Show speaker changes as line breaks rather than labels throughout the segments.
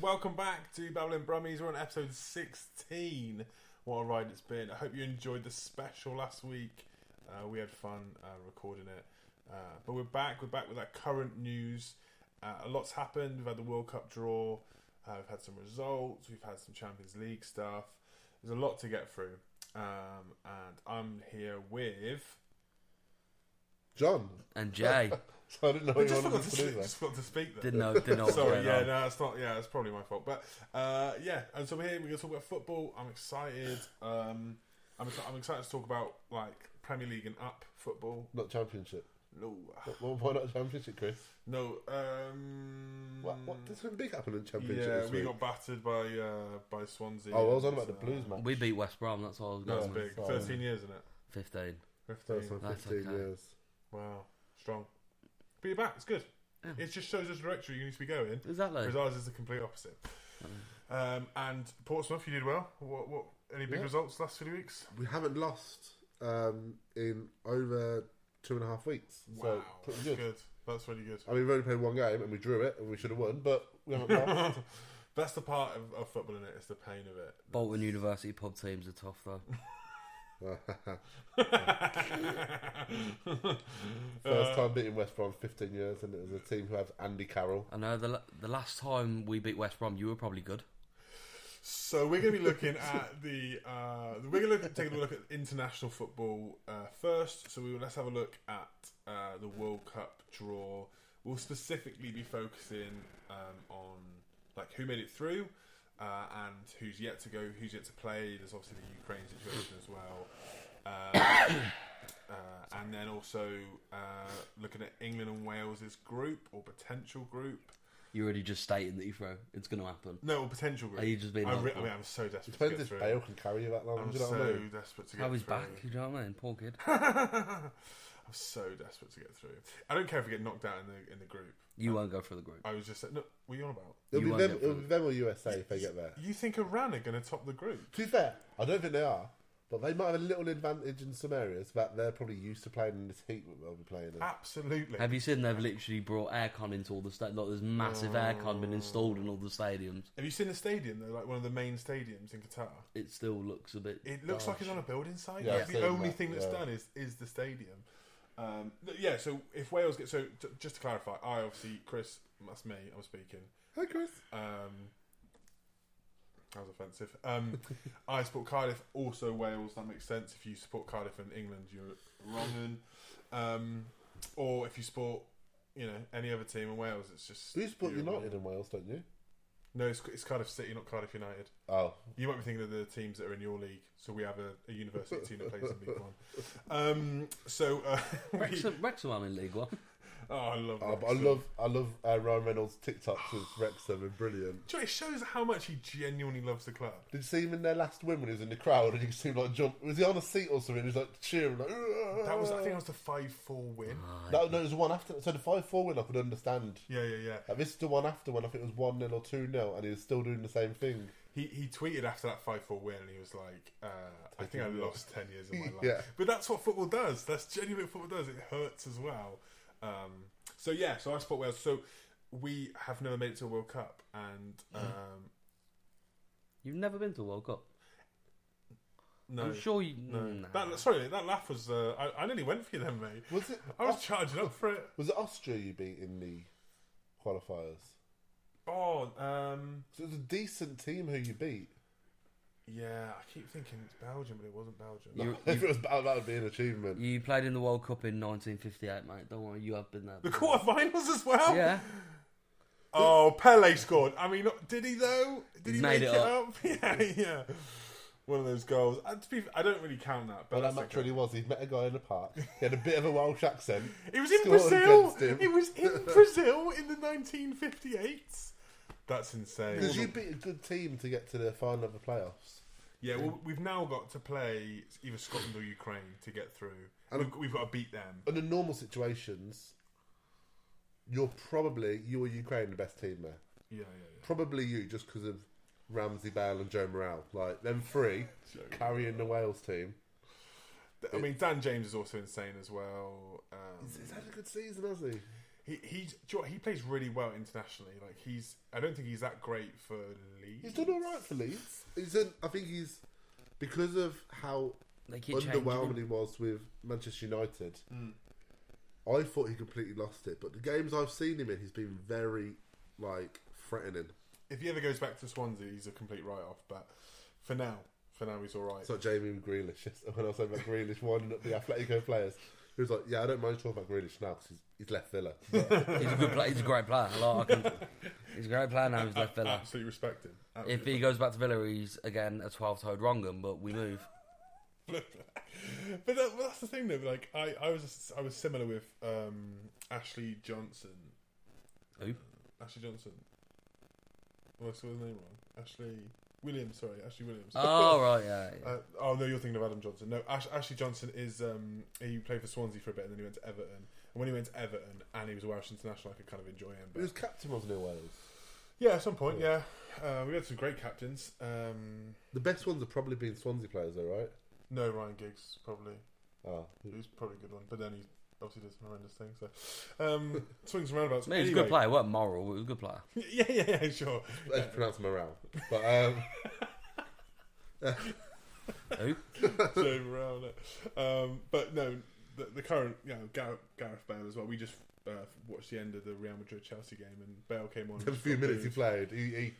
welcome back to Babbling Brummies. We're on episode 16. What a ride it's been. I hope you enjoyed the special last week. Uh, we had fun uh, recording it. Uh, but we're back. We're back with our current news. Uh, a lot's happened. We've had the World Cup draw. Uh, we've had some results. We've had some Champions League stuff. There's a lot to get through. Um, and I'm here with.
John.
and Jay.
So I didn't know
I
you
just forgot to,
wanted to do
speak,
that.
just forgot to speak there.
Didn't know. Didn't know. what was
Sorry,
going
yeah,
on.
no, it's not. Yeah, it's probably my fault. But uh, yeah, and so we're here. We're gonna talk about football. I'm excited. Um, I'm, exci- I'm excited to talk about like Premier League and up football.
Not championship.
No,
Well, why not championship, Chris?
no. Um,
What? What? There's something big happening in championship
yeah,
this
we
week.
got battered by uh, by Swansea.
oh, I was on about the
Uh,
Blues match.
We beat West Brom. That's all I was
That was
going with.
big.
Oh.
Thirteen years, isn't it?
Fifteen.
First
Fifteen.
time
That's
15
okay.
years.
Wow, strong. But you're back. It's good.
Yeah.
It just shows us the direction you need to be going.
Exactly.
Whereas ours is the complete opposite. Um, and Portsmouth, you did well. What? What? Any big
Yeah.
results last few weeks?
We haven't lost um, in over two and a half weeks. So pretty
that's
good. Uh,
That's really good.
I mean, we only played one game and we drew it, and we should have won, but we haven't lost.
That's the part of, of football in it. It's the pain of it.
Bolton University pub teams are tough though.
First
Uh,
time beating West Brom in 15 years, and it was a team who has Andy Carroll.
I know the la- the last time we beat West Brom, you were probably good.
So we're going to be looking at the uh, we're going to look, take a look at international football uh, first. So we let's have a look at uh, the World Cup draw. We'll specifically be focusing um, on like who made it through uh, and who's yet to go, who's yet to play. There's obviously the Ukraine situation as well, Um uh, and then also uh, looking at England and Wales's group or potential group.
You're already just stating that you throw. It's going to happen.
No, or potential
Are
group.
you just being?
I, re- I
helpful?
mean, I'm so desperate.
It
to
depends
get
if
through.
Bale can carry you that long.
I'm
do you know
so
what I mean?
desperate to get
How he's
through.
back? You know what I mean? Poor kid.
I'm so desperate to get through. I don't care if we get knocked out in the in the group.
You won't go for the group.
I was just saying, no, what are you on about?
It'll,
You
be
won't
them,
get
it'll
through.
be them or USA if they get there.
You think Iran are going to top the group?
To be fair, I don't think they are, but they might have a little advantage in some areas that they're probably used to playing in this heat that they'll be playing
Ah.
in.
Absolutely.
Have you seen they've literally brought aircon into all the sta Like there's massive aircon been installed in all the stadiums.
Have you seen the stadium though? Like one of the main stadiums in Qatar.
It still looks a bit.
It looks like it's on a building site.
Yeah,
That's
I've
the
seen
only
that,
thing that's
yeah.
done is is the stadium. Um, th- yeah. So if Wales get so t- just to clarify, I obviously Chris, that's me. I'm speaking.
Hi, Chris.
Um, that was offensive. Um, I support Cardiff, also Wales. That makes sense. If you support Cardiff and England, you're wrong. Um, or if you support, you know, any other team in Wales, it's just
You support
you're wrong.
United in Wales, don't you?
No, it's, it's Cardiff City, not Cardiff United.
Oh,
You might be thinking of the teams that are in your league. So we have a, a university team that plays in League One. Um, so uh, we,
Wrexham, Wrexham are in League One.
oh, I love.
Uh, I, Ah, I
Wrexham.
love I love uh, Ryan Reynolds' TikToks with Wrexham and brilliant.
Do you know, It shows how much he genuinely loves the club.
Did you see him in their last win when he was in the crowd and you could see him like jump? Was he on a seat or something? He was like cheering. Like,
That was, I think, that was the five-four win.
no, no, it was the one after. So the five four win, I could understand.
Yeah, yeah, yeah.
Like, this is the one after when I think it was one 0 or two 0 and he was still doing the same thing.
He he tweeted after that five four win, and he was like, uh, "I think I lost ten years of my life."
Yeah.
But that's what football does. That's genuinely what football does. It hurts as well. Um, so yeah, so I support Wales. So we have never made it to a World Cup, and
Mm.
um,
You've never been to a World Cup.
no,
I'm sure you.
no.
Nah.
That, sorry, that laugh was. Uh, I, I nearly went for you then, mate.
Was it?
I
Oh.
was charging up for it.
Was it Austria you beat in the qualifiers?
Oh, um,
So it was a decent team who you beat.
yeah. I keep thinking it's Belgium, but it wasn't Belgium.
You-
if it was bad, that would be an achievement.
You played in the World Cup in 1958, mate. Don't worry, you have been there.
The quarterfinals as well.
Yeah,
Oh, Pele scored. I mean, did he though? Did he
Made
make
it
it up? yeah, yeah. One of those goals. I, to be, I don't really count that, but
But that
that's
match
okay.
really was. He met a guy in the park. He had a bit of a Welsh accent.
it was in
scored
Brazil.
against him.
It was in Brazil in the 1958. That's insane.
Because you beat a good team to get to the final of the playoffs.
yeah, well, we've now got to play either Scotland or Ukraine to get through. We've, we've got to beat them.
Under normal situations, you're probably you're Ukraine the best team there.
Yeah, yeah,
Probably you just because of Ramsey Bale and Joe Morale. Like them three carrying the Wales team.
yeah. I mean, Dan James is also insane as well. Um,
He's had a good season, has he?
He he's do you know what, he plays really well internationally. Like he's I don't think he's that great for Leeds.
He's done all right for Leeds. He's in, I think he's because of how
They keep
underwhelming
changing.
he was with Manchester United. I thought he completely lost it, but the games I've seen him in, he's been very like threatening.
If he ever goes back to Swansea, he's a complete write off. But for now, for now he's all right.
It's like Jamie and Grealish. yes, When I was talking about Grealish, one of the Atletico players, he was like, "Yeah, I don't mind talking about Grealish now because he's, he's left Villa." But
He's a good player. He's a great player. Like, I can, he's a great player now. He's
I,
left Villa.
Absolutely respect him.
If he goes back to Villa, he's again a 12-toed Rongan, but we move.
but that, well, that's the thing though. Like I, I was I was similar with um, Ashley Johnson. Uh,
Who?
Ashley Johnson. Oh, I saw his name wrong. Ashley Williams. Sorry, Ashley Williams.
Oh right, yeah. yeah.
Uh, oh no, you're thinking of Adam Johnson. No, Ash, Ashley Johnson is um, he played for Swansea for a bit and then he went to Everton. And when he went to Everton and he was a Welsh international, I could kind of enjoy him.
he
But
was captain, wasn't he? Wales.
yeah, at some point, yeah, uh, we had some great captains. Um,
The best ones have probably been Swansea players, though, right?
no, Ryan Giggs probably.
Oh,
He was probably a good one, but then he obviously did some horrendous things. So um, swings and roundabouts.
No, he's a good player. weren't moral. He was a good player.
Yeah, yeah, yeah, sure.
it's pronounced morale, but um,
Who?
so round it. Um, but no, the, the current, you know, Gareth, Gareth Bale as well. We just uh, watched the end of the Real Madrid Chelsea game, and Bale came on. and
the
just
few
got
minutes he
booed.
played, he, he,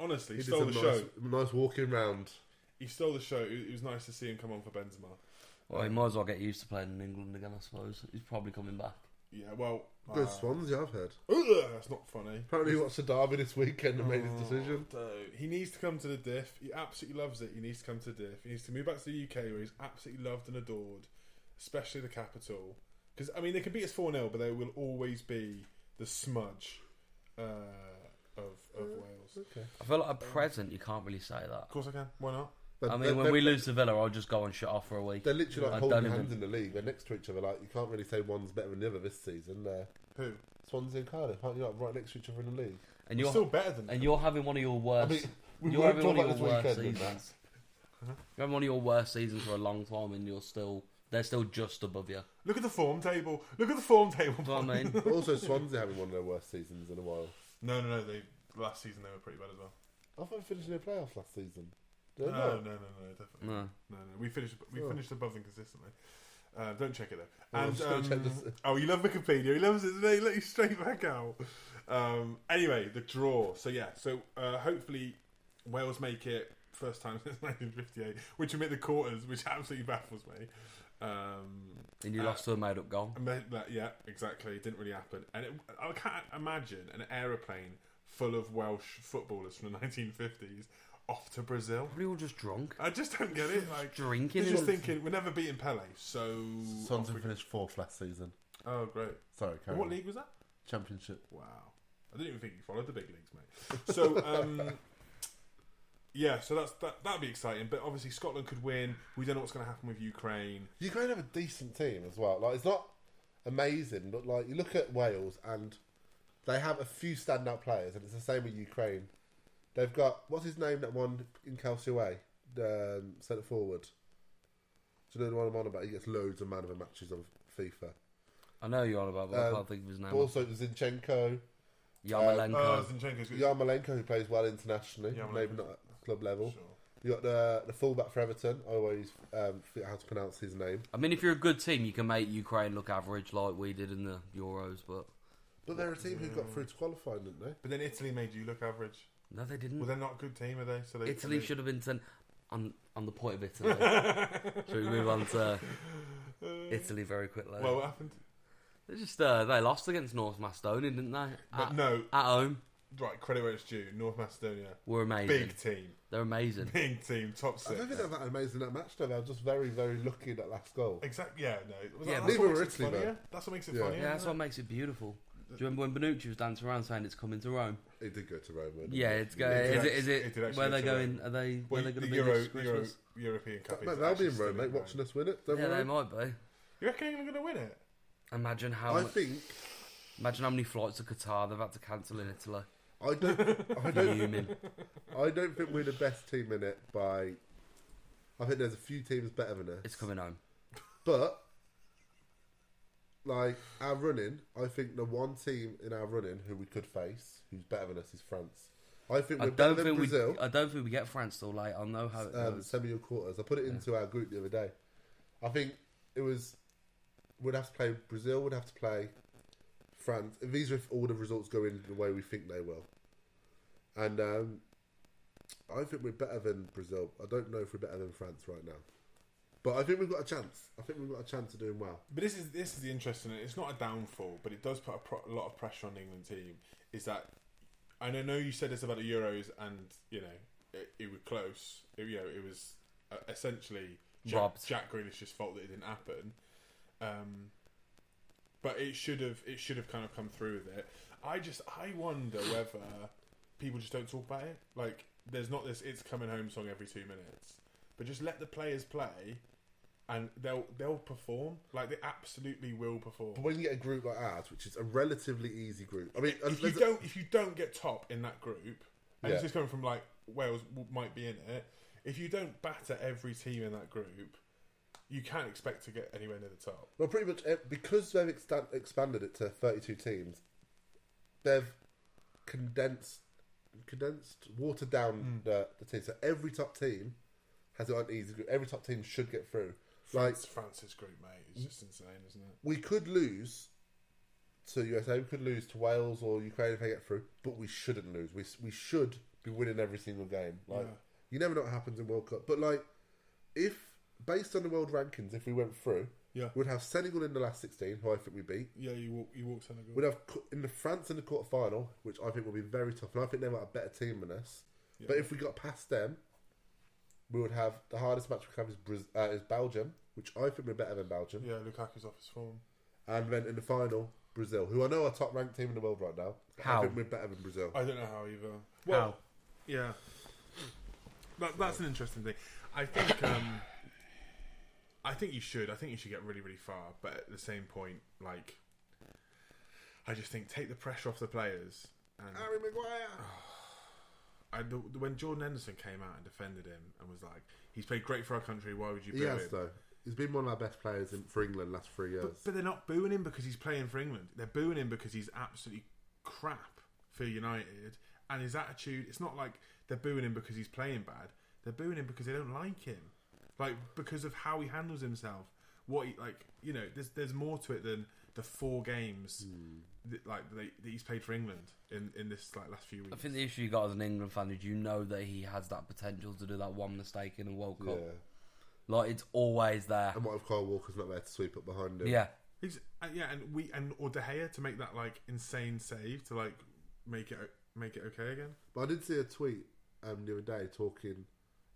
honestly
he did
stole
some
the
nice,
show.
nice walking round.
He stole the show. It, it was nice to see him come on for Benzema.
Well, he might as well get used to playing in England again. I suppose he's probably coming back.
Yeah, well, uh,
Good Swansea, I've heard.
ugh, that's not funny.
Apparently, he watched the derby this weekend and made
Oh.
his decision.
So he needs to come to the diff. He absolutely loves it. He needs to come to the diff. He needs to move back to the UK where he's absolutely loved and adored, especially the capital. Because I mean, they can beat us four 0 but there will always be the smudge uh, of of Wales. Of
I feel like at present you can't really say that.
course, I can. Why not?
But
I
they-
mean, when
they-
we lose to Villa, I'll just go and shut off for a week.
They're literally
I
like holding
don't
hands
even-
in the league. They're next to each other. Like you can't really say one's better than the other this season. They're
Who?
Swansea and Cardiff aren't you like right next to each other in the league?
And
You're
you're
still better than
and
them.
you're having one of your
I
worst.
mean, we
Uh, you're
won't
having
talk
one of
about
your
this
worst
weekend. and that.
seasons. You're having one of your worst seasons for a long time, and you're still they're still just above you.
Look at the form table. Look at the form table.
Do you know what I mean?
But also, Swansea having one of their worst seasons in a while.
No, no, no. They last season they were pretty bad as well.
I thought we finished in the playoffs last season. Did
No,
they
no,
not?
no, no, definitely.
No.
No, no. We finished. We
Oh.
finished above them consistently. Uh, don't check it though.
Oh,
And
don't check
um,
this.
oh, you love Wikipedia. He loves it. doesn't He let you straight back out. Um, anyway, the draw. So yeah. So uh, hopefully Wales make it first time since 1958, which will make the quarters, which absolutely baffles me. Um,
And you
Uh,
lost to a made up goal.
I meant that, yeah, exactly. It didn't really happen. And it, I can't imagine an aeroplane full of Welsh footballers from the 1950s off to Brazil.
Probably all just drunk,
I just don't get it. Like,
drinking.
they're
and
just thinking, we're never beating Pele, so. off we-
finished fourth last season.
Oh, great.
Sorry,
And What league was that?
Championship.
Wow. I didn't even think you followed the big leagues, mate. So, um, yeah, so that's that, that'd be exciting. But obviously, Scotland could win. We don't know what's going to happen with Ukraine.
Ukraine have a decent team as well. Like it's not amazing, but like you look at Wales and they have a few standout players, and it's the same with Ukraine. They've got what's his name that won in Kelsey Way, um, centre forward. Do you know the one I'm on about? He gets loads of man of the matches on
Um,
FIFA.
I know you're on about, but I
Um,
can't think of his name.
But also Zinchenko,
Yarmolenko.
Uh, Zinchenko's good.
Yarmolenko, who plays well internationally,
Yarmolenko.
maybe not at club level.
Sure.
You got the the fullback for Everton. I always um, forget how to pronounce his name.
I mean, if you're a good team, you can make Ukraine look average like we did in the Euros, but
But they're a team who got through to qualifying, didn't they?
But then Italy made you look average.
no, they didn't.
Well, they're not a good team, are they? So they
Italy
they-
should have been ten. On on the point of Italy. should we move on to Italy very quickly?
Well, uh, what happened?
they just uh, they lost against North Macedonia, didn't they?
But
At,
no,
at home,
right. Credit where it's due. North Macedonia,
we're amazing.
big team,
They're amazing.
big team, top
I
six.
don't think they're that amazing that match though. They were just very, very lucky that last goal.
Exactly. Yeah. No. Was
Yeah,
that's
neither
what
were
makes it
Italy, though.
funnier. That's what makes it
Yeah.
funny.
Yeah, that's what makes it beautiful. Do you remember when Benucci was dancing around saying it's coming to Rome?
It did go to Rome. didn't
Yeah,
it?
it's go.
It did
Is it?
actu-
Is
it
it?
did actually
where they're
go to
going? Are they? Where
Well,
they're going
the
to be
Euro,
this Christmas?
the Euro, European Cup.
Mate,
is
they'll be
actually
in
still
Rome, mate, watching us win it. Don't
yeah,
worry.
they might be.
You reckon England are going to win it?
Imagine how.
I
mu-
think
imagine how many flights to Qatar they've had to cancel in Italy.
I don't. I don't.
Fuming.
I don't think we're the best team in it by. I think there's a few teams better than us,
It's coming home.
but like our running, I think the one team in our running who we could face who's better than us is France. I think
I
we're better
don't
than
think we.
Brazil.
I don't think we get France till late. I know how it
um,
goes.
semi or quarters. I put it into our group the other day. I think it was we'd have to play Brazil, would have to play France. These are if all the results go in the way we think they will. And um, I think we're better than Brazil. I don't know if we're better than France right now, but I think we've got a chance. I think we've got a chance of doing well.
But this is this is the interesting. It's not a downfall, but it does put a, pro- a lot of pressure on the England team. Is that and I know you said this about the Euros, and you know it, it was close. It, you know it was uh, essentially Jack,
Robbed.
Jack Grealish's fault that it didn't happen. Um, but it should have it should have kind of come through with it. I just I wonder whether people just don't talk about it. Like there's not this "it's coming home" song every two minutes, but just let the players play, and they'll they'll perform. Like they absolutely will
But
perform.
when you get a group like ours, which is a relatively easy group, I mean,
If you
there's a-
don't if you don't get top in that group, and
Yeah.
this is coming from like Wales w- might be in it. If you don't batter every team in that group, you can't expect to get anywhere near the top.
Well, pretty much eh, because they've extan- expanded it to thirty-two teams, they've condensed, condensed, watered
Hmm.
down the, the team. So every top team has an easy group. Every top team should get through. Like
France, France's group, mate, is just insane, isn't it?
we could lose to USA, we could lose to Wales or Ukraine if they get through, but we shouldn't lose. We we should be winning every single game. Like
Yeah.
you never know what happens in World Cup, but like if based on the world rankings, if we went through,
Yeah.
we'd have Senegal in the last sixteen, who I think we beat.
Yeah, you walk you walk Senegal.
We'd have cu- in the France in the quarter final, which I think will be very tough, and I think they've got a better team than us. But
Yeah.
if we got past them, we would have the hardest match we could have is, Braz- uh, is Belgium, which I think we're better than Belgium,
Yeah, Lukaku's off his form.
and then in the final, Brazil, who I know are top ranked team in the world right now. but
How?
I think we're better than Brazil.
I don't know how either.
How?
yeah, that, that's an interesting thing. I think um, I think you should. I think you should get really, really far. But at the same point, like, I just think take the pressure off the players. And
Harry Maguire.
I, the, when Jordan Henderson came out and defended him and was like, "He's played great for our country. Why would you boo
He has
him?"
though. He's been one of our best players in, for England last three years.
But they're not booing him because he's playing for England. They're booing him because he's absolutely crap for United. And his attitude, it's not like they're booing him because he's playing bad. They're booing him because they don't like him. Like, because of how he handles himself. What he, like, you know, there's, there's more to it than the four games that, like, they, that he's played for England in, in this, like, last few weeks.
I think the issue you got as an England fan is you know that he has that potential to do that one mistake in a World Cup.
yeah.
Like it's always there.
And what if Kyle Walker's not there to sweep up behind him?
Yeah.
He's, uh, yeah, and we, and, or De Gea to make that, like, insane save to, like, make it, o- make it okay again.
But I did see a tweet um, the other day talking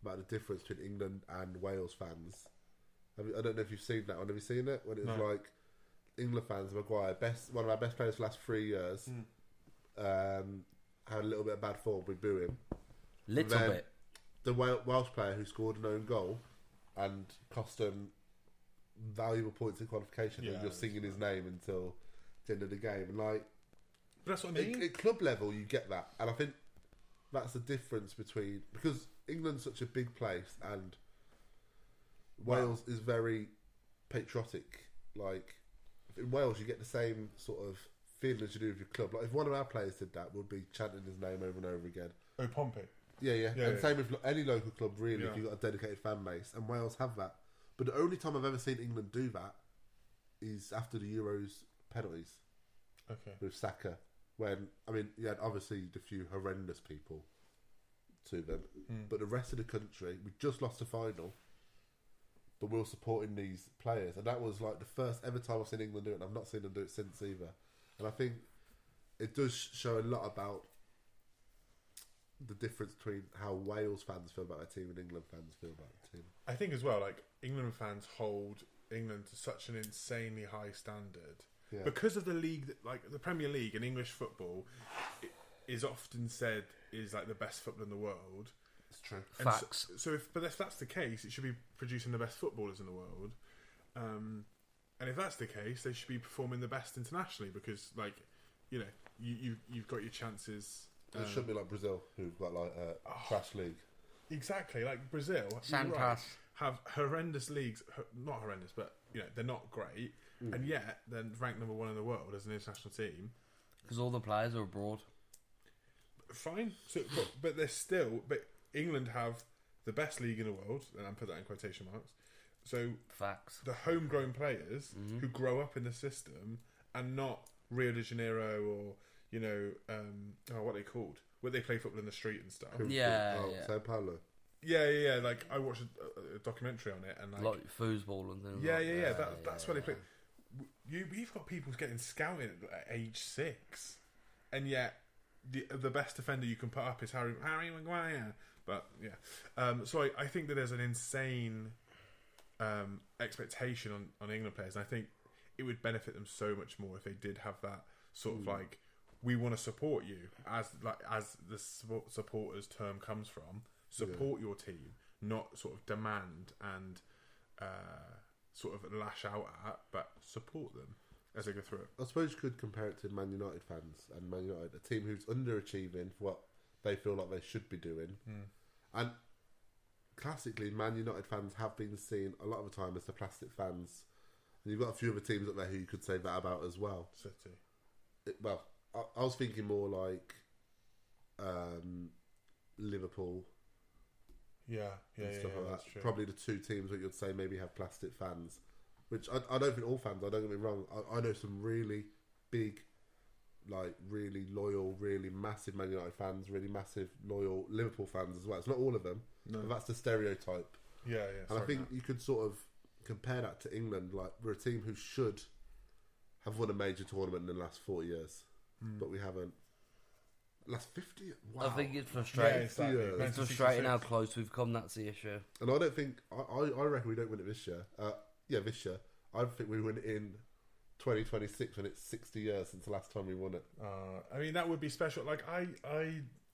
about the difference between England and Wales fans. Have you- I don't know if you've seen that one. Have you seen it? When it was
No.
like England fans, Maguire, best one of our best players for the last three years,
Hmm.
um, had a little bit of bad form. We boo him.
Little
Then-
bit.
The Wel- Welsh player who scored an own goal and cost them valuable points in qualification,
Yeah,
and you're
that's
singing his name until the end of the game. And like,
But that's what I mean.
at, at club level, you get that, and I think that's the difference between because England's such a big place and Wales is very patriotic. Like in Wales, you get the same sort of feeling as you do with your club. Like if one of our players did that, we'd be chanting his name over and over again.
Oh, Pompey.
Yeah, yeah.
Yeah,
and
yeah.
same with lo- any local club, really,
Yeah.
if you've got a dedicated fan base. And Wales have that. But the only time I've ever seen England do that is after the Euros penalties
Okay.
with Saka. When I mean, you had obviously the few horrendous people to them, but the rest of the country, we just lost the final, but we were supporting these players, and that was like the first ever time I've seen England do it. and I've not seen them do it since either, and I think it does show a lot about the difference between how Wales fans feel about their team and England fans feel about the team.
I think as well, like England fans hold England to such an insanely high standard
Yeah.
because of the league, that, like the Premier League and English football, i- is often said is like the best football in the world.
It's true.
And so-
Facts.
So, if but if that's the case, it should be producing the best footballers in the world. Um, and if that's the case, they should be performing the best internationally because, like, you know, you, you you've got your chances.
it
um,
should be like Brazil, who've got like a trash league.
Exactly, like Brazil. you're
Sand
right,
pass.
have horrendous leagues. ho- Not horrendous, but you know they're not great.
Mm.
and yet they're ranked number one in the world as an international team.
Because all the players are abroad.
Fine, so, but, but they're still. But England have the best league in the world, and I put that in quotation marks. So
Facts.
the homegrown players
Mm-hmm.
who grow up in the system and not Rio de Janeiro or you know um, oh, what are they called where they play football in the street and stuff.
Yeah,
Oh,
yeah.
Sao Paulo.
Yeah, yeah, yeah. Like I watched a, a documentary on it and like,
Like, foosball and things
yeah,
like uh,
yeah, yeah.
that.
That, that's where they play. W- You you've got people getting scouted at age six, and yet the the best defender you can put up is Harry Harry Maguire. But yeah, um, so I, I think that there's an insane um, expectation on, on England players, and I think it would benefit them so much more if they did have that sort of like we want to support you as like as the support- supporters term comes from support your team, not sort of demand and uh, sort of lash out at, but support them as they go through it.
I suppose you could compare it to Man United fans and Man United, a team who's underachieving for what they feel like they should be doing. And classically, Man United fans have been seen a lot of the time as the plastic fans. And you've got a few other teams up there who you could say that about as well.
City.
It, well, I, I was thinking more like um, Liverpool
Yeah, yeah,
and
yeah,
stuff
yeah,
like
that's
that.
true.
Probably the two teams that you'd say maybe have plastic fans, which I, I don't think all fans. I don't get me wrong. I, I know some really big, like really loyal, really massive Man United fans, really massive loyal Liverpool fans as well. It's not all of them,
No.
but that's the stereotype.
yeah, yeah.
And
sorry,
I think
Matt.
you could sort of compare that to England. Like we're a team who should have won a major tournament in the last forty years,
Hmm.
but we haven't. Last fifty. Wow.
I think it's
yeah,
frustrating.
exactly.
Yeah.
it's
1966.
frustrating how close we've come. That's the issue.
And I don't think I, I, I reckon we don't win it this year. Uh, yeah, this year. I think we win it in 2026 when it's 60 years since the last time we won it.
Uh, I mean, that would be special. Like I, I,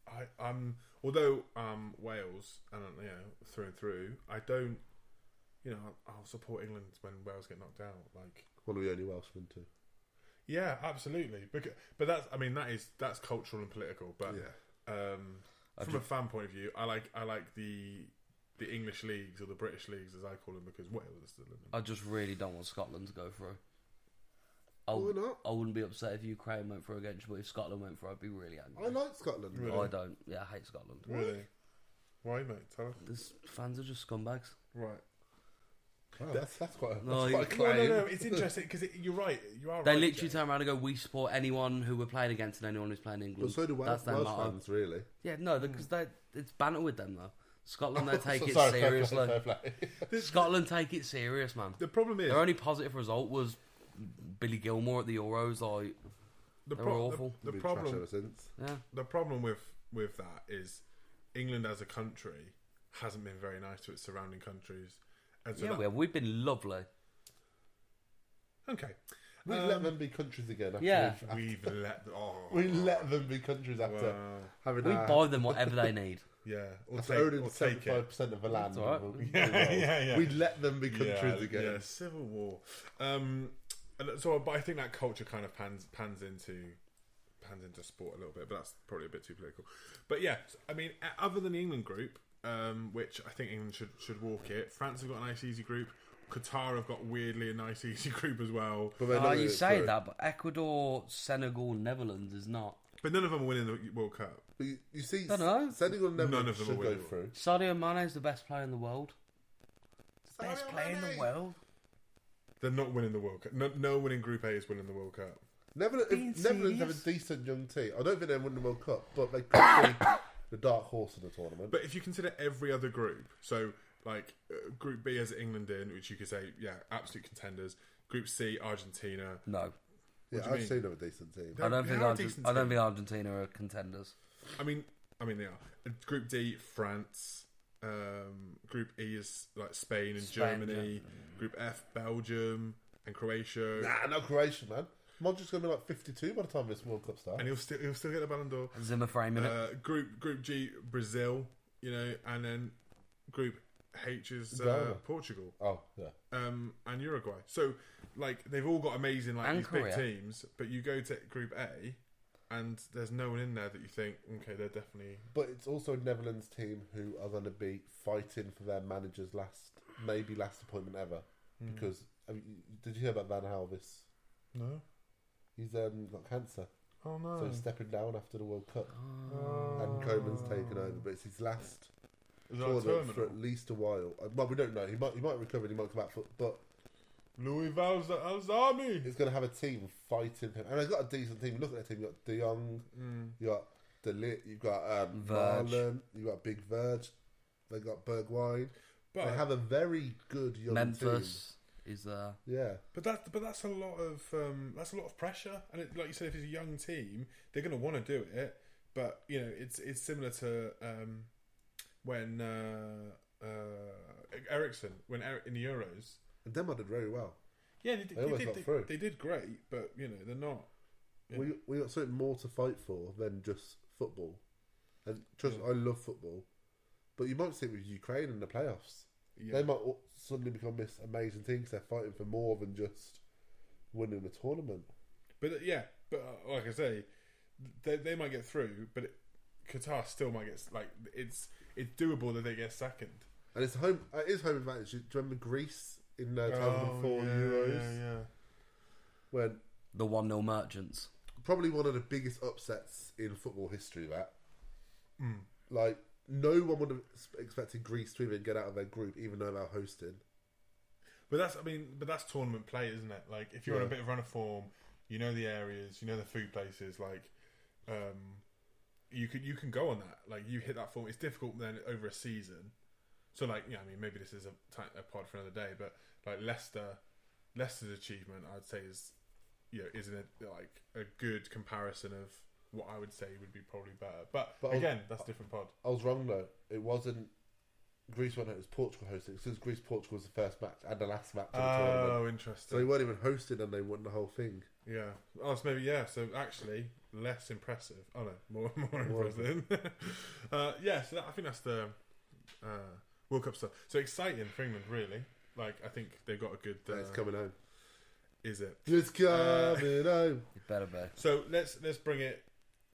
I, um, although um, Wales, and you know, through and through, I don't, you know, I'll, I'll support England when Wales get knocked out. Like,
One of the only Welshmen to.
yeah, absolutely. But but that's, I mean, that is that's cultural and political. But
Yeah.
um, from a fan point of view, I like I like the the English leagues or the British leagues as I call them because Wales is still in them.
I just really don't want Scotland to go through. I,
Oh.
Why
w-
not?
I wouldn't be upset if Ukraine went through against you, but if Scotland went through, I'd be really
I
angry.
like Scotland.
Really?
I don't. Yeah, I hate Scotland.
Really? Why, mate? Tell us.
This fans are just scumbags.
Right.
Wow, that's, that's quite a,
No,
that's quite a
No,
claim.
you-
no, no. It's interesting because it, you're right. You are.
They
right,
literally
Jake.
turn around and go, "We support anyone who we're playing against and anyone who's playing England."
But so do Welsh,
That's their
Welsh
motto.
fans, really.
Yeah, no, because they it's banter with them though. Scotland, they take it
Sorry, fair play,
seriously.
fair play.
Scotland take it serious, man.
The problem is
Their only positive result was Billy Gilmore at the Euros. Like,
the,
They're
pro-
awful.
the, the
We've been trash
problem
ever since.
yeah,
the problem with with that is England as a country hasn't been very nice to its surrounding countries, and so
yeah,
that-
we have. We've been lovely.
okay,
We
Um,
let them be countries again. After
yeah.
we've-
we've let oh,
we let them be countries after
Wow.
having
We
our-
buy them whatever they need.
yeah, or
that's
take,
owning
or take it.
75% of the land.
That's all right.
of the-
Yeah, yeah, yeah.
We let them be countries
yeah,
again.
yeah, civil war. Um, and so, but I think that culture kind of pans pans into pans into sport a little bit, but that's probably a bit too political. But yeah, I mean, o- other than the England group, um, which I think England should should walk it. France have got a nice easy group. Qatar have got weirdly a nice easy group as well,
But they're
Ah,
not in
you
it,
say
so-
that, but Ecuador, Senegal, Netherlands is not.
but none of them are winning the World Cup.
But you, you see,
Dunno.
Senegal never
None of them
should
are
go
winnable.
through.
Sadio Mane is the best player in the world. best
Sadio
player in
Mane!
the world.
They're not winning the World Cup. No, no one in Group A is winning the World Cup.
Netherlands,
Being
if Netherlands have a
serious?
decent young team. I don't think they won the World Cup, but they could be the dark horse of the tournament.
But if you consider every other group, so like uh, Group B as England in, which you could say, yeah, absolute contenders. Group C, Argentina.
No,
yeah,
do you
I've
mean?
seen them a decent team.
They're-
I don't
they
think
are a
Argen-
decent
I don't
team.
think Argentina are contenders.
I mean, I mean they are. Uh, Group D, France. Um, group E is like Spain and
Spain,
Germany. Group F, Belgium and Croatia.
Nah, no Croatia, man. Modric's going to be like 52 by the time this World Cup starts.
And he'll still he'll still get the Ballon d'Or.
Zimmer framing it.
Uh, group Group G, Brazil. You know, and then Group H is uh,
Ghana.
Portugal.
Oh, yeah.
um, and Uruguay. So like they've all got amazing like
And
these big
Korea.
teams, but you go to Group A, and there's no one in there that you think okay they're definitely
But it's also a Netherlands team who
Hmm.
are going to be fighting for their manager's last, maybe last appointment ever. Because I mean, did you hear about Van Halvis?
No.
He's um, got cancer,
Oh no.
so he's stepping down after the World Cup.
Oh.
And Coleman's taken over, but it's his last
Is that
tournament for
terminal?
at least a while. Uh, Well, we don't know. He might he might recover. and He might come back, for, but
Louis Val's Alzami.
he's going to have a team fighting him. And they've got a decent team. Look at their team. You've got De Jong.
Mm.
You got Delit. You've got um,
Verge.
Marlon. You've got Big Verge. They got Bergwijn.
But
they have a very good young
Memphis is uh, there.
team. Yeah,
but that but that's a lot of um, that's a lot of pressure. And it, like you said, if it's a young team, they're going to want to do it. But you know, it's it's similar to um, when uh, uh, Ericsson when Eric in the Euros.
and Denmark did very well.
Yeah, they, did-
They almost
did,
got
they,
through.
they did great, but you know they're not. Yeah.
We we got something more to fight for than just football. And trust me, I love football, but you might see it with Ukraine in the playoffs.
Yeah.
They might all- suddenly become this amazing team because they're fighting for more than just winning the tournament.
But uh, yeah, but uh, like I say, they, they might get through, but it, Qatar still might get like it's it's doable that they get second.
And it's home. uh, It is home advantage. Do you remember Greece in uh, 2004
Oh, yeah,
Euros
yeah, yeah.
when
The 1 0 Merchants.
probably one of the biggest upsets in football history. That
Mm.
like no one would have s- expected Greece to even get out of their group, even though they're hosting.
But that's I mean, but that's tournament play, isn't it? Like if you're on a
Yeah.
bit of run of form, you know the areas, you know the food places, like um you can you can go on that. Like you hit that form. It's difficult then over a season. So like yeah, I mean maybe this is a, ti- a pod for another day, but like Leicester, Leicester's achievement I'd say is you know isn't it like a good comparison of what I would say would be probably better. But,
But I'll-
again, that's a different pod.
I was wrong though. It wasn't Greece won it. It was Portugal hosting. Since Greece Portugal was the first match and the last match of the tournament,
Oh,
so they
interesting.
weren't even hosted and they won the whole thing.
Yeah. Oh, so maybe yeah. So actually, less impressive. Oh no, more more
More
impressive. uh, yeah. So that, I think that's the uh, World Cup stuff. So exciting for England, really. Like I think they've got a good. Uh,
Yeah, it's coming home.
Is it?
It's
Uh,
coming home.
It better be.
So let's let's bring it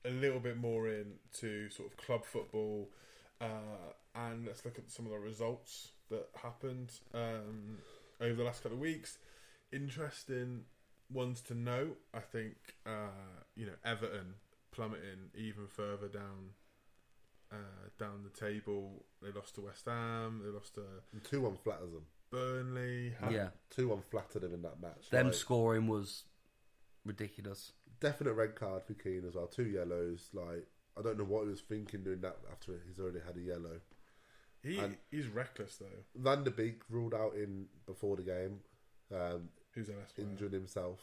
a little bit more in to sort of club football, uh, and let's look at some of the results that happened um, over the last couple of weeks. Interesting ones to note. I think uh, you know Everton plummeting even further down. Uh, down the table, they lost to West Ham. They lost to
Two one flatters them.
Burnley.
Yeah.
Two one flattered him in that match.
Them
Like,
scoring was ridiculous.
definite red card for Keane as well. Two yellows. Like I don't know what he was thinking doing that after he's already had a yellow.
he
And-
he's reckless though.
Van der Beek ruled out in before the game, um,
Who's the last player?
injuring himself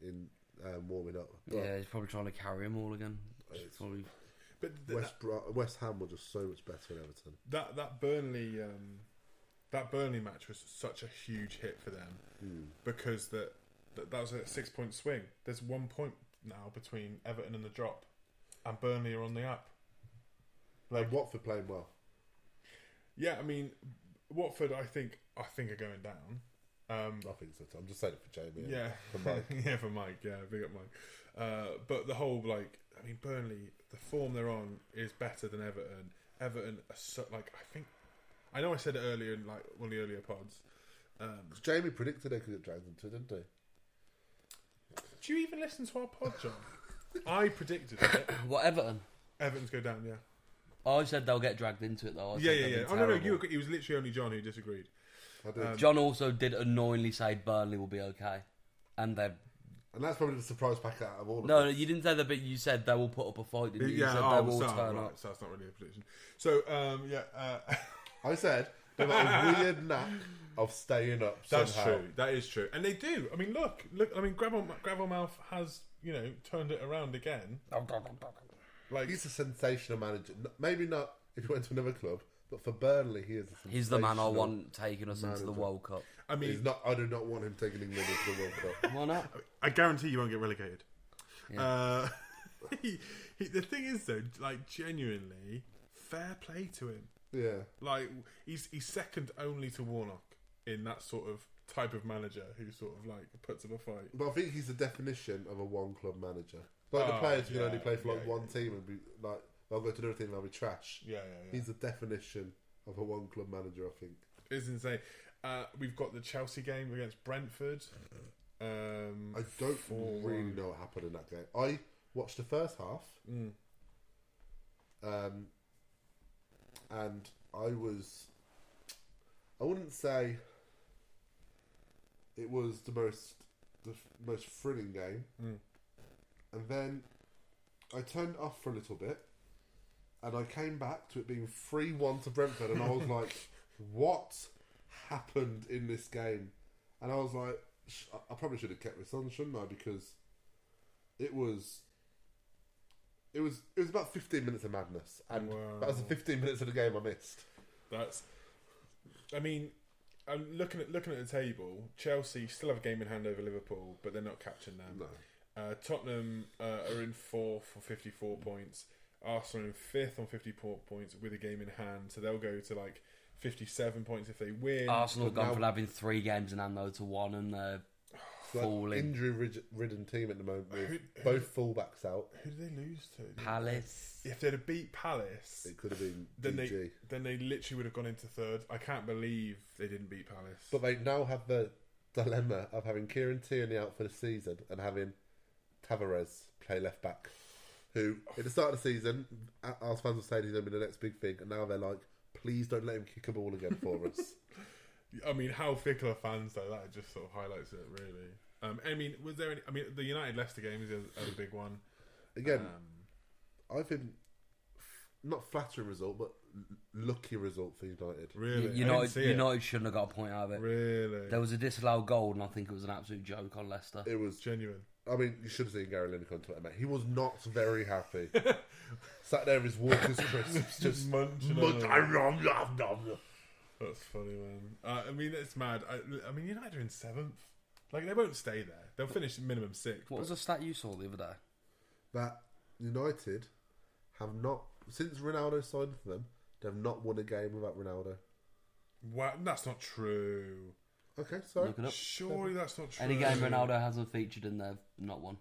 in um, warming up. But
Yeah, he's probably trying to carry them all again. It's
It's-
probably-
But th-
West Bro- West Ham were just so much better than Everton.
that that Burnley um, that Burnley match was such a huge hit for them
Hmm.
because that, that that was a six point swing. There's one point now between Everton and the drop, and Burnley are on the up.
Like Watford playing well.
Yeah, I mean Watford. I think I think are going down. Um,
I think so. too. I'm just saying it for Jamie.
yeah,
For Mike.
yeah, for Mike. Yeah, big up Mike. Uh, but the whole like, I mean, Burnley, the form they're on is better than Everton. Everton, are so, like, I think, I know I said it earlier in like one of the earlier pods. Um,
'Cause Jamie predicted they could get dragged into it, didn't he?
Do you even listen to our pod, John? I predicted it.
What, Everton?
Everton's go down, yeah.
Oh, I said they'll get dragged into it, though. I
yeah,
said
yeah,
they've
yeah.
been
Oh, no, no,
terrible.
you, agree- it was literally only John who disagreed.
I did.
John also did annoyingly say Burnley will be okay. And they're.
and that's probably the surprise pack out of all of
No, no,
them.
you didn't say that, but you said they will put up a fight, didn't you? You
yeah,
said
oh,
they will
so,
turn
right,
up.
so that's not really a prediction. So, um, yeah, uh,
I said they've got a weird knack of staying up.
that's
somehow.
true. That is true. And they do. I mean, look, look. I mean, Gravel, Gravelmouth has, you know, turned it around again. Like,
He's a sensational manager. N- Maybe not if he went to another club, but for Burnley, he is. A
He's the man I
sensational-
want taking us into the
manager.
World Cup.
I
He's
mean,
not. I do not want him taking England into the World Cup.
Why not?
I guarantee you won't get relegated.
Yeah.
Uh, he, he, the thing is, though, like, genuinely, fair play to him.
Yeah,
Like he's he's second only to Warnock in that sort of type of manager who sort of like puts up a fight.
but I think he's the definition of a one-club manager. Like the
Oh,
players who
yeah,
can only play for like
yeah,
one team and be like, they'll go to another team and they'll be trash.
Yeah, yeah, yeah.
He's the definition of a one-club manager. I think.
it's insane. Uh, we've got the Chelsea game against Brentford. Um,
I don't
Four,
really
one.
know what happened in that game. I watched the first half,
mm,
um, and I was. I wouldn't say it was the most the f- most thrilling game,
mm.
and then I turned off for a little bit, and I came back to it being three one to Brentford, and I was like, "What happened in this game?" And I was like, sh- I- "I probably should have kept this on, shouldn't I?" Because it was, it was, it was about fifteen minutes of madness, and that was the
Wow.
fifteen minutes of the game I missed.
That's. I mean, I'm looking at looking at the table. Chelsea still have a game in hand over Liverpool, but they're not catching them.
No,
Uh, Tottenham uh, are in fourth on 54 points. Arsenal in fifth on 54 points with a game in hand, so they'll go to like 57 points if they win.
Arsenal have
But
gone
now-
from having three games in hand though to one, and uh,
It's
they're
like
Falling.
injury-ridden team at the moment
Who-
with
who-
both fullbacks out.
Who did they lose to?
Palace.
If they'd have beat Palace,
It could have been
then
DG.
they then they literally would have gone into third. I can't believe they didn't beat Palace.
But they now have the dilemma of having Kieran Tierney out for the season and having Tavares play left back, who at the start of the season, A- Arsenal fans were saying he's going to be the next big thing, and now they're like, please don't let him kick a ball again for us.
I mean, how fickle are fans though? That just sort of highlights it, really. Um, I mean, was there? Any, I mean, the United Leicester game is a, a big one.
Again,
Um,
I've been f- not flattering result, but l- lucky result for United.
really,
You
I
know,
didn't see it.
United shouldn't have got a point out of it.
really,
There was a disallowed goal, and I think it was an absolute joke on Leicester.
It was.
genuine.
I mean, you should have seen Gary Lineker on Twitter, mate. He was not very happy. Sat there with his Walker's crisps, just.
munching. on it.
That's
That's funny, man. Uh, I mean, it's mad. I, I mean, United are in seventh. Like, they won't stay there. They'll finish minimum sixth.
What was the stat you saw the other day?
that United have not since Ronaldo signed for them. They've not won a game without Ronaldo.
Wow, that's not true.
Okay, sorry.
Look it up.
Surely that's not true.
Any game Ronaldo hasn't featured in there, not one.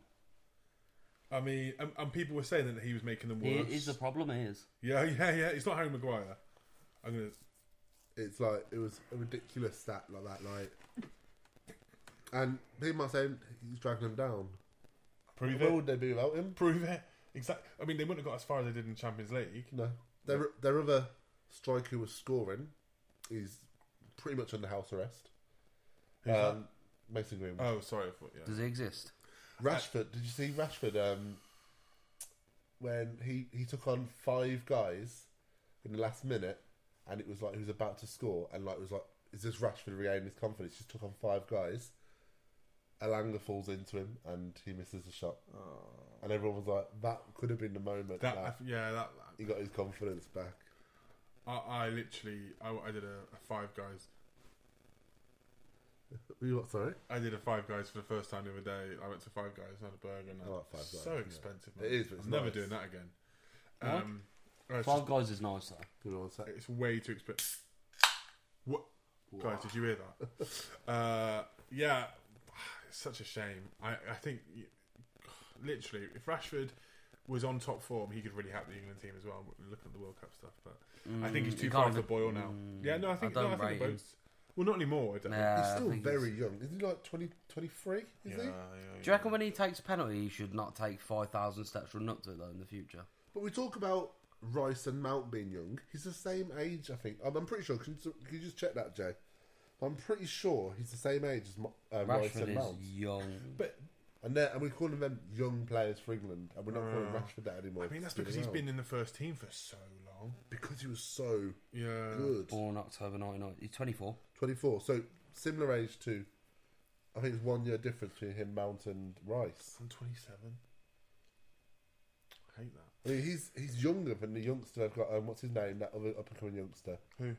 I mean, and, and people were saying that he was making them
He
worse.
is the problem. He is.
yeah, yeah, yeah. It's not Harry Maguire. I'm gonna.
It's like it was a ridiculous stat like that, like. And people are saying he's dragging them down.
Prove
Where
it.
would they be without him?
Prove it. Exactly. I mean, they wouldn't have got as far as they did in Champions League.
Mm.
No, their their other striker who was scoring is pretty much under house arrest.
Who's that?
um, Mason Greenwood.
Oh, sorry. I thought, yeah.
Does he exist?
Rashford, did you see Rashford um, when he, he took on five guys in the last minute and it was like he was about to score and like it was like is this Rashford regaining his confidence? Just took on five guys. Alanga falls into him and he misses the shot. And everyone was like, that could have been the moment that,
Oh. That, yeah, that.
he got his confidence back.
I, I literally, I, I did a, a five guys
You what, sorry?
I did a Five Guys for the first time the other day. I went to Five Guys and had a burger. And
I like Five Guys,
So
yeah.
expensive.
It
Man.
is, but it's
I'm never
nice.
doing that again.
What?
Um, oh, it's,
Five guys is nice though.
Give me one sec.
just- it's way too expensive. What? Guys, did you hear that? uh, yeah, it's such a shame. I, I think, y- literally, if Rashford was on top form, he could really help the England team as well. Looking at the World Cup stuff, but I think he's
Mm,
too
you
far
can't
off the
even-
boil now.
Mm,
yeah, no, I think,
don't
no, I think
rate
the
him.
boats. Well, not anymore. Uh, I don't
Nah,
he's
I
still
think
very young. Isn't he like 20, 23? Is
yeah,
he?
yeah,
Do you reckon when he takes a penalty, he should not take five thousand steps run up to it though in the future?
But we talk about Rice and Mount being young. He's the same age, I think. I'm, I'm pretty sure. Can you, can you just check that, Jay? I'm pretty sure he's the same age as Mo- uh, Rice
Rashford
and
is
Mount.
young.
But and they're- and we're calling them young players for England, and we're not calling
Uh,
Rashford that anymore.
I mean, that's
It's
because
really
he's
well.
been in the first team for so long.
because he was so
Yeah.
good.
Born October 99. He's 24.
24, so similar age to. I think it's one year difference between him, Mount, and Rice.
I'm 27. I hate that.
I mean, he's he's younger than the youngster they've got. Um, what's his name? That other up and coming youngster.
Who?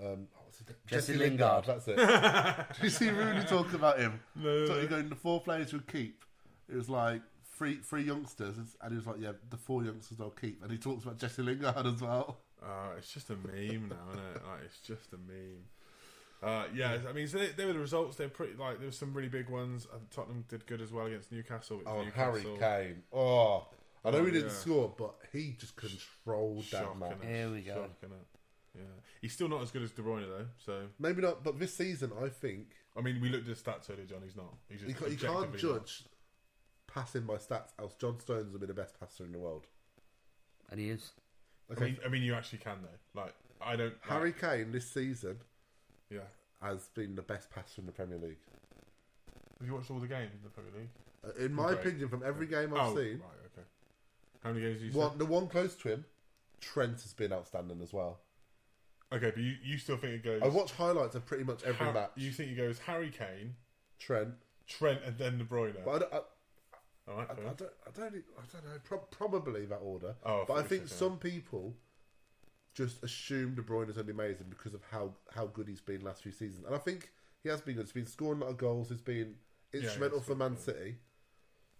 Um, oh, what's his name?
Jesse Lingard.
That's it. Did you see Rooney talk about him?
No.
So you go the four players you'll keep. It was like three three youngsters, and he was like, "Yeah, the four youngsters I'll keep." And he talks about Jesse Lingard as well.
Uh, it's just a meme now, isn't it? Like, it's just a meme. Uh, yeah, I mean, so they, they were the results. They're pretty like there were some really big ones. Uh, Tottenham did good as well against Newcastle. Which
Oh, and
Newcastle
Harry Kane. Oh, I know
Oh,
he didn't
yeah.
score, but he just controlled that
shocking
match.
it,
Here we go.
shocking it. Yeah. He's still not as good as De Bruyne though. So
Maybe not, but this season I think
I mean, we looked at his stats earlier, John. He's not. He's
you,
just
ca- you can't
objectively not.
judge passing by stats. Else, John Stones will be the best passer in the world.
And he is.
Okay,
I mean, I mean, you actually can though. Like, I don't. like,
Harry Kane this season
Yeah.
has been the best passer in the Premier League.
Have you watched all the games in the Premier League?
Uh, In my
Great.
opinion, from every game I've
oh,
seen,
right. Okay. How many games do you? say?
one, the one close to him, Trent has been outstanding as well.
Okay, but you, you still think it goes?
I watch highlights of pretty much every
Har-
match.
You think it goes Harry Kane,
Trent,
Trent, and then De Bruyne?
but I don't, I,
all right.
I,
fair
I don't, I
enough.
don't, e, I don't know. Pro- probably that order.
Oh, I
but
thought
I
you
think
said that.
some people just assume De Bruyne is only amazing because of how how good he's been last few seasons, and I think he has been good. He's been scoring a lot of goals. He's been
he
instrumental
has
for
been
Man
good.
City,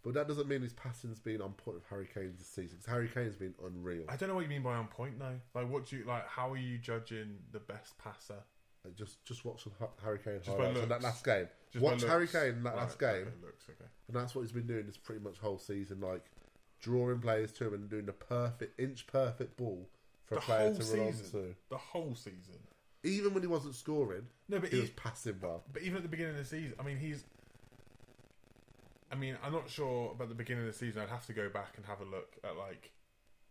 but that doesn't mean his passing's been on point with Harry Kane's this season. 'cause Harry Kane's been unreal.
I don't know what you mean by on point though. Like, what do you like? How are you judging the best passer?
I Uh, just just watch some Ha- Harry Kane
by
highlights in that
looks.
last game.
Just by
watch
looks?
Harry Kane in that
Right,
last game,
Okay, looks okay.
and that's what he's been doing this pretty much whole season, like drawing players to him and doing the perfect inch perfect ball for
The
a player
whole
to run
season.
onto.
The whole season.
Even when he wasn't scoring,
No, but
he was
he's
passing well.
But even at the beginning of the season, I mean, he's. I mean, I'm not sure about the beginning of the season. I'd have to go back and have a look at like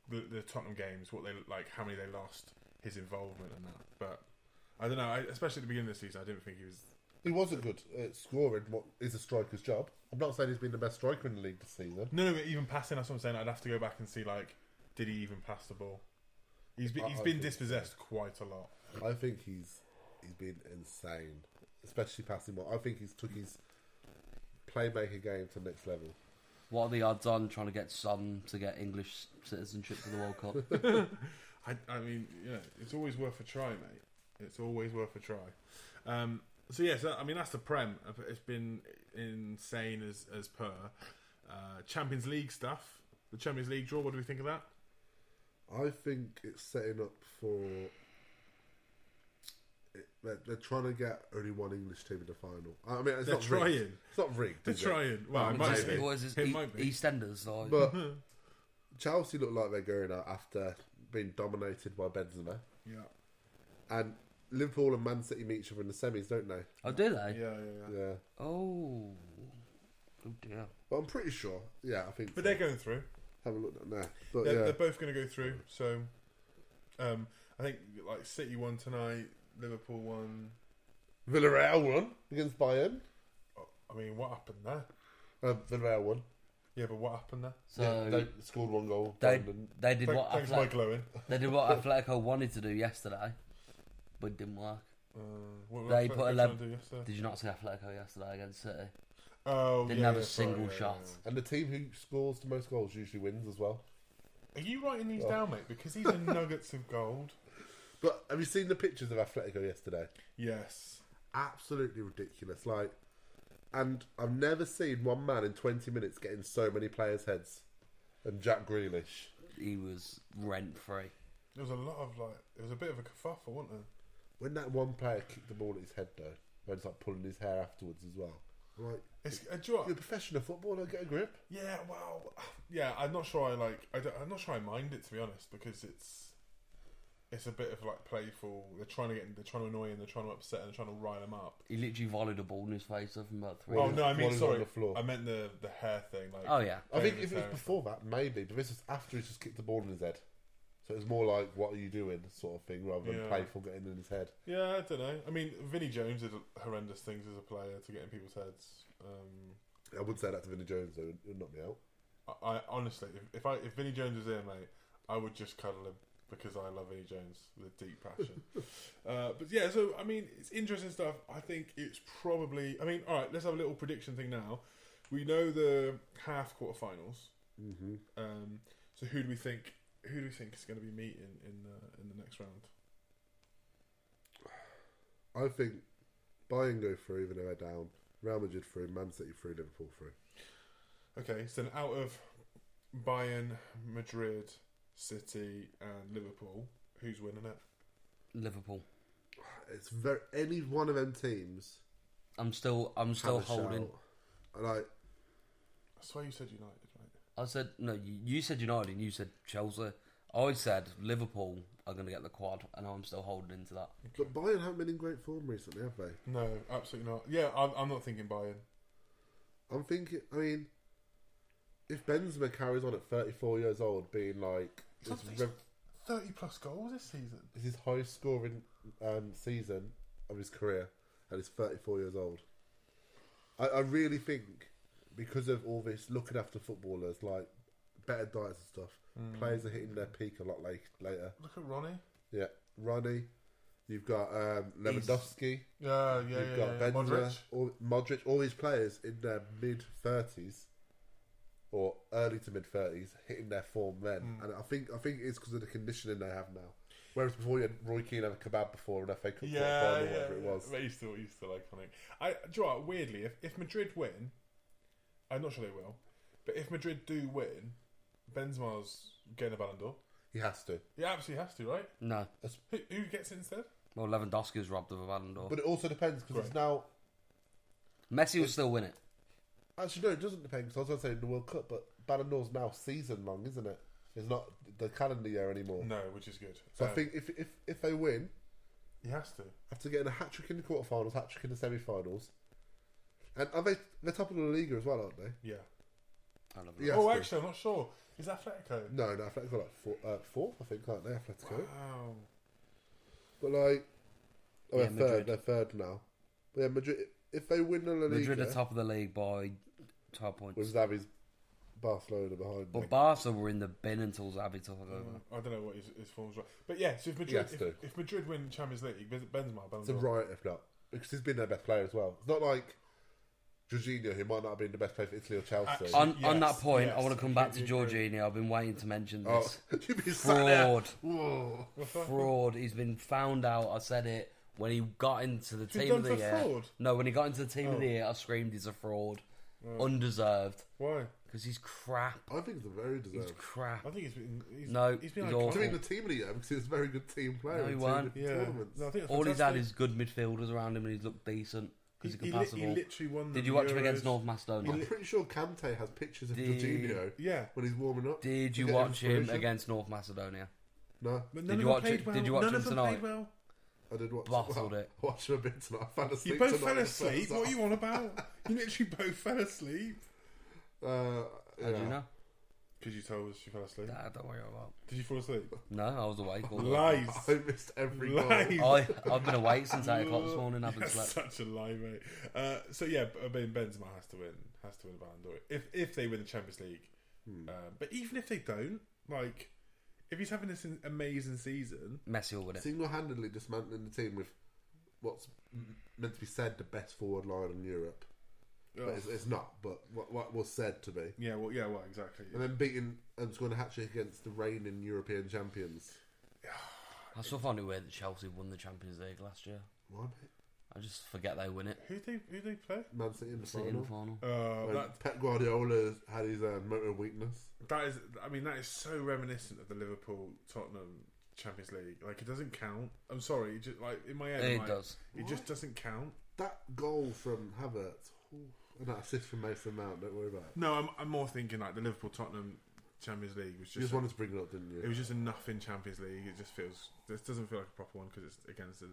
the, the Tottenham games, what they like, how many they lost, his involvement and that. But I don't know. I, especially at the beginning of the season, I didn't think he was.
He wasn't good at scoring. What is a striker's job? I'm not saying he's been the best striker in the league this season.
No, no, but even passing. That's what I'm saying. I'd have to go back and see like, did he even pass the ball? He's been,
I-
he's
I
been
think so.
dispossessed quite a lot.
I think he's he's been insane, especially passing well. I think he's took his playmaker game to the next level.
What are the odds on trying to get Son to get English citizenship for the World Cup?
I, I mean, you know, it's always worth a try, mate. It's always worth a try. Um, so yes, I mean that's the Prem. It's been insane as as per uh, Champions League stuff. The Champions League draw. What do we think of that?
I think it's setting up for. it- They're, they're trying to get only one English team in the final. I mean, it's
They're
not rigged.
trying.
It's not rigged.
They're
is it?
trying. Well, it
Maybe.
might
Is
be.
this- what is this,
It
E-
might be.
EastEnders? Or...
But Chelsea look like they're going out after being dominated by Benzema,
Yeah,
and Liverpool and Man City meet each other in the semis, don't they?
oh, do
yeah,
they?
yeah. yeah.
Yeah.
Oh. Oh, dear.
Well, I'm pretty sure. Yeah, I think.
But
so.
they're going through.
have a look at that. But
They're,
Oh, yeah,
they're both going to go through. So, um, I think like City won tonight. Liverpool won.
Villarreal won against Bayern.
I mean, what happened there?
Uh, Villarreal won.
Yeah, but what happened there?
So
yeah, they scored one goal.
they,
Bayern didn't.
they did
Thank-
what
thanks,
Athle-
Mike Lowen.
they did what Atletico wanted to do yesterday, but it didn't work.
Uh, what were
They
Atletico
put
trying
a lem-
to do yesterday?
Did you not see Atletico yesterday against City?
Oh,
Didn't
yeah,
have
yeah,
a single
sorry, yeah,
shot.
yeah,
and the team who scores the most goals usually wins as well.
yeah. Are you writing these
Oh.
down, mate? Because these are nuggets of gold.
But have you seen the pictures of Atletico yesterday?
Yes.
Absolutely ridiculous. Like, and I've never seen one man in 20 minutes getting so many players' heads. And Jack Grealish.
He was rent free.
There was a lot of like, it was a bit of a kerfuffle, wasn't there?
When that one player kicked the ball at his head, though, when it's like pulling his hair afterwards as well. I'm like,
It's uh, a draw.
you're a professional footballer, get a grip.
Yeah. Well. Yeah. I'm not sure. I like. I don't, I'm not sure. I mind it to be honest, because it's it's a bit of like playful. They're trying to get. They're trying to annoy him. They're trying to upset. him, They're trying to rile him up.
He literally volleyed a ball in his face off from about three.
Oh
is-
no! I
what
mean,
is on
sorry.
the floor?
I meant the the hair thing. Like.
Oh, yeah.
I think
Over
if it was
there.
before that, maybe, but this was after he's just kicked the ball in his head. So it was more like, what are you doing, sort of thing, rather than
Yeah.
playful getting in his head.
Yeah, I don't know. I mean, Vinnie Jones did horrendous things as a player to get in people's heads. Um,
I would say that to Vinny Jones, though, it would knock me out.
I, I honestly, if, if I if Vinnie Jones was here, mate, I would just cuddle him because I love Vinnie Jones with a deep passion. uh, but yeah, so I mean, it's interesting stuff. I think it's probably. I mean, all right, let's have a little prediction thing now. We know the half quarterfinals.
Mm-hmm.
Um, so who do we think? Who do we think is going to be meeting in the in the next round?
I think Bayern go through, even though they're down. Real Madrid through, Man City through, Liverpool through.
Okay, so then out of Bayern, Madrid, City, and Liverpool, who's winning it?
Liverpool.
It's very any one of them teams.
I'm still I'm still
have a
holding.
shout. I Like
I swear you said United, right?
I said no. You, you said United and you said Chelsea. I always said Liverpool are going to get the quad, and I'm still holding into that.
But Bayern haven't been in great form recently, have they?
No, absolutely not. Yeah, I'm, I'm not thinking Bayern.
I'm thinking. I mean, if Benzema carries on at 34 years old, being like this,
Something's-
rev-
Thirty plus goals this season.
this is his highest scoring um, season of his career, and he's 34 years old. I, I really think because of all this looking after footballers, like better diets and stuff,
Hmm.
players are hitting their peak a lot late, later.
Look at Ronnie.
Yeah, Ronnie, you've got um,
He's-
Lewandowski.
Yeah, yeah,
You've
yeah.
got
yeah.
Benzema, all, Modric, all these players in their mid thirties or early to mid thirties hitting their form then,
Hmm.
and I think I think it's because of the conditioning they have now. Whereas before you had Roy Keane and a kebab before an FA Cup quarter
Yeah,
final,
yeah,
whatever it
yeah.
was.
But he's still, he's still iconic. I, do you know what, weirdly, if, if Madrid win, I'm not sure they will, but if Madrid do win, Benzema's getting a Ballon d'Or.
He has to,
He absolutely has to, right?
No,
Who, who gets it instead?
well Lewandowski was robbed of a Ballon d'Or.
but it also depends because it's
Correct.
now.
Messi will still win it.
Actually, no, it doesn't depend because I was going to say the World Cup, but Ballon d'Or's now season long, isn't it? It's not the calendar year anymore.
No, which is good.
So I
Um,
think if if if they win,
he has to.
after getting a hat trick in the quarterfinals, hat trick in the semi-finals, and are they they're top of the league as well, aren't they?
Yeah.
I love
He Yeah. has
oh,
to.
actually, I'm not sure. Is Atletico?
No, no, Atletico are like four, uh, four, I think, aren't they? Atletico,
Wow.
but like, oh,
Yeah,
they're third,
Madrid.
they're third now. But yeah, Madrid. If they win the La Liga,
Madrid are top of the league by twelve points.
with Xavi's Barcelona behind
But
them.
Barca were in the bin until Zabi took over.
I don't know what his, his form's like. But yeah, so if
He
Madrid,
has
if,
to.
if Madrid win Champions League, Benz- Benzema, Ballon
it's a
d'Or.
riot if not, because he's been their best player as well. It's not like Jorginho, who might not have been the best player for Italy or Chelsea.
Actually-
Oh,
On, on that
Yes,
point,
yes,
I want to come back to
completely agree. Oh.
Jorginho. I've been waiting to mention this.
you've been Oh, sat there.
Fraud.
Whoa.
fraud. He's been found out. I said it when he got into the
he
team of
done for
the year.
fraud? Oh.
No, when he got into the team of the year, I screamed he's a fraud, undeserved
Why?
because he's crap.
I think it's a very
He's
deserved.
crap.
I think he's been. He's,
No,
he's been
he's
iconic.
awful.
I mean, the team of the year because he was a very good team player.
No, he
in
won.
Team
Yeah.
tournaments.
No, I think it's
All he's had
fantastic.
is good midfielders around him, and he's looked decent because
he,
he, can
li-
pass the
he
ball.
literally won.
Did
the
you watch him
Euros.
against North Macedonia?
I'm pretty sure Kante has pictures of
Did-
Jorginho
Yeah.
when he's warming up.
Did you
Get
watch him
inspiration.
against North Macedonia?
No,
But
you
of them
watch
played
it- did you watch
None
him
of them
tonight?
played well.
I did watch.
Bottled
well,
it.
Watch him a bit tonight. I fell asleep.
You both
tonight
fell
in the first
asleep. What are
half.
you on about? you literally both fell asleep.
Uh,
How do
yeah.
you know?
Because you told us you fell asleep.
Nah, don't worry about. it.
Did you fall asleep?
No, I was awake all the way.
Lies.
I missed every goal.
Lies.
I I've been awake since eight o'clock this morning. I haven't
That's
slept.
such a lie, mate. Uh, so yeah, but, I mean Benzema has to win. Has to win a Ballon d'Or if if they win the Champions League.
Hmm.
Um, but even if they don't, like if he's having this in- amazing season,
Messi will win it.
Single-handedly dismantling the team with what's m- meant to be said the best forward line in Europe. But it's, it's not. But what, what was said to be,
oh, yeah, well, yeah, well, exactly.
and then beating and scoring a hat trick against the reigning European champions.
I still find it weird that Chelsea won the Champions League last year.
Why, mate?
I just forget they win it.
Who they who they play?
Man City in the
City in
final.
the final.
Uh,
When
that
Pep Guardiola had his uh, motor weakness.
That is, I mean, that is so reminiscent of the Liverpool Tottenham Champions League. Like it doesn't count. I'm sorry, it just, like in my head,
It
like,
does.
It just doesn't count.
That goal from Havertz ooh, and that assist from Mason Mount, don't worry about it.
No, I'm, I'm more thinking like the Liverpool Tottenham Champions League was just,
You just wanted to bring it up, didn't you?
it was just a nothing Champions League. It just feels this doesn't feel like a proper one because it's against an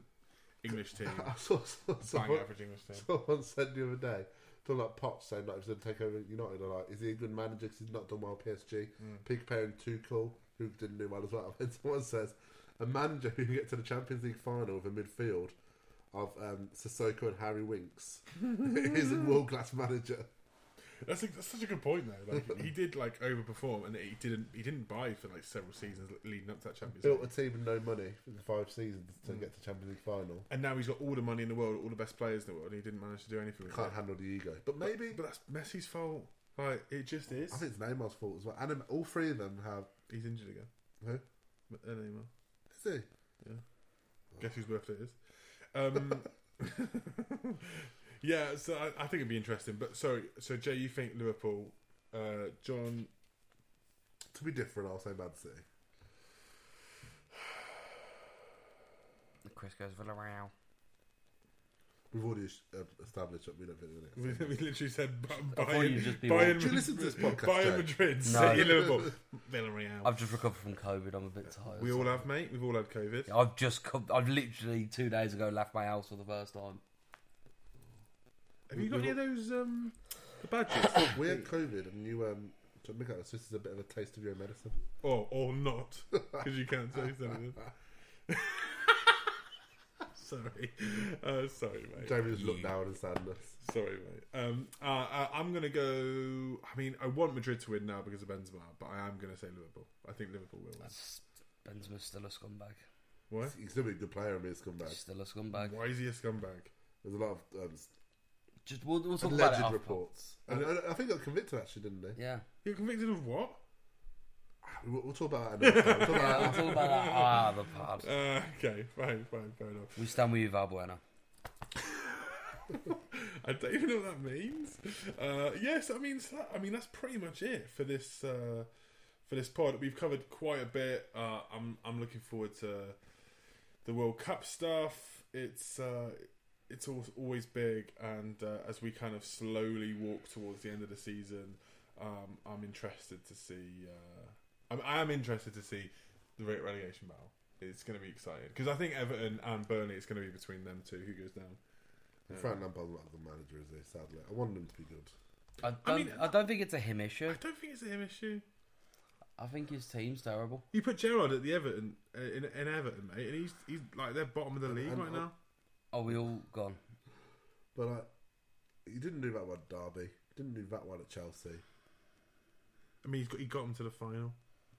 English team,
I saw, saw,
bang
someone,
average English team.
someone said the other day, talking about Potts saying that he was going to take over United. I'm like, is he a good manager because he's not done well at PSG?
Mm.
Peak player and Tuchel, who didn't do well as well. And someone says, a manager who can get to the Champions League final with a midfield of um, Sissoko and Harry Winks is a world class manager.
That's like, that's such a good point though. Like he did like overperform and he didn't he didn't buy for like several seasons leading up to that Champions
Built a
League.
team with no money in five seasons to get to Champions League final.
And now he's got all the money in the world, all the best players in the world, and he didn't manage to do anything. With it.
can't handle the ego. But maybe
But that's Messi's fault. Like it just is.
I think it's Neymar's fault as well. And um, all three of them have
He's injured again. uh,
who?
But Anymore.
Is he?
Guess whose birthday it is? Um, yeah, so I, I think it'd be interesting. But sorry, so Jay, you think Liverpool? Uh, John,
To be different, I'll say Man City.
Chris goes Villarreal.
We've already es- um, established that we don't think they're
We,
going to.
we literally said Bu-
thought
Bayern,
you'd just be
Bayern,
Do you listen to this podcast,
Bayern
Jay?
Madrid, City, Liverpool,
I've
Villarreal.
just recovered from COVID. I'm a bit tired.
We all have, mate. We've all had COVID.
I've just come. I've literally two days ago left my house for the first time.
Have you got any of those um, the badges?
We had COVID and you um, to make out this is a bit of a taste of your own medicine.
or or not, because you can't taste anything. sorry, uh, sorry, mate.
Jamie just looked down and sadness.
Sorry, mate. Um, uh, uh, I'm gonna go. I mean, I want Madrid to win now because of Benzema, but I am gonna say Liverpool. I think Liverpool will win.
Benzema's still a scumbag.
Why?
He's still a good player and being a scumbag.
Still a scumbag.
Why is he a scumbag?
There's a lot of um,
Just we'll, we'll talk about it
alleged
after.
reports. And, and I think they got convicted actually, didn't they?
Yeah,
You're convicted of what?
We'll, we'll talk about that. Another time. We'll talk about
we'll
that.
talk about that. Ah, the part.
Uh, okay, fine, fine, fair enough.
We stand with you, Valbuena.
I don't even know what that means. Uh, yes, I mean, so that, I mean that's pretty much it for this uh, for this pod. We've covered quite a bit. Uh, I'm I'm looking forward to the World Cup stuff. It's uh, it's al- always big, and uh, as we kind of slowly walk towards the end of the season, um, I'm interested to see. Uh, I'm, I am interested to see the re- relegation battle. It's going to be exciting because I think Everton and Burnley. It's going to be between them two who goes down. Uh,
Frank Lampard's not the manager, is he? Sadly, I wanted him to be good.
I don't. I,
mean-
don't think it's a him issue.
I don't think it's a him issue.
I think his team's terrible.
You put Gerard at the Everton uh, in, in Everton, mate, and he's he's like they're bottom of the league
and-
right now.
Are we all gone?
But like, he didn't do that well at Derby. Didn't do that well at Chelsea.
I mean, he's got he got him to the final.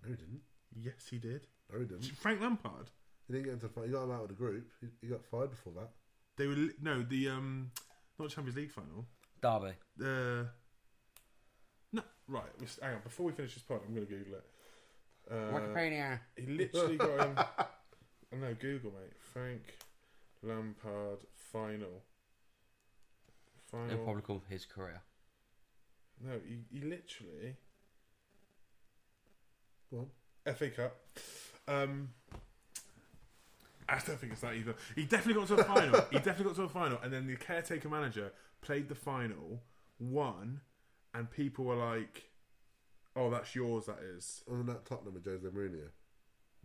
No, he didn't.
Yes, he did.
No, he didn't.
Frank Lampard.
He didn't get into the final. He got him out of the group. He, he got fired before that.
They were li- no the um not Champions League final.
Derby.
Uh, no, right. we- Hang on. Before we finish this part, I'm going to Google it. Uh,
Wikipedia.
he literally got him. I know Google, mate. Frank Lampard final.
It'll
Final.
probably come his career.
No, he, he literally.
Go on.
FA Cup. Um, I don't think it's that either. He definitely got to a final. he definitely got to a final, and then the caretaker manager played the final, won, and people were like, "Oh, that's yours. That is."
Other than that, Tottenham with Jose Mourinho.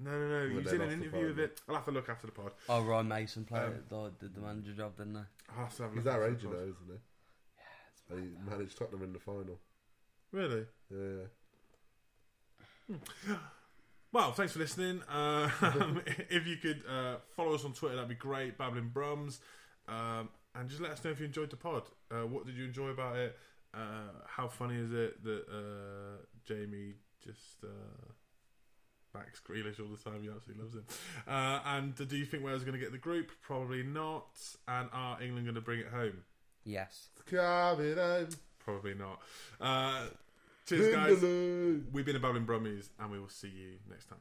No, no, no.
Well,
He was
they
in an
lost the
interview with
final.
it. I'll have to look after the pod.
Oh, Ryan Mason played
Um,
it, though, did the manager job, didn't they?
I'll have to have a
He's
look
our
after
age,
the
you know,
pod.
isn't he? And he managed Tottenham in the final.
Really?
Yeah.
Well, thanks for listening. Uh, if you could uh, follow us on Twitter, that'd be great. Babbling Brums, um, and just let us know if you enjoyed the pod. Uh, what did you enjoy about it? Uh, how funny is it that uh, Jamie just uh, backs Grealish all the time? He absolutely loves him. Uh, and do you think Wales are going to get the group? Probably not. And are England going to bring it home?
Yes.
Coming home.
Probably not. Uh, cheers, guys. We've been a Babbling Brummies, and we will see you next time.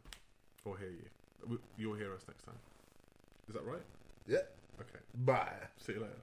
Or hear you. We- You'll hear us next time. Is that right?
Yeah.
Okay.
Bye.
See you later.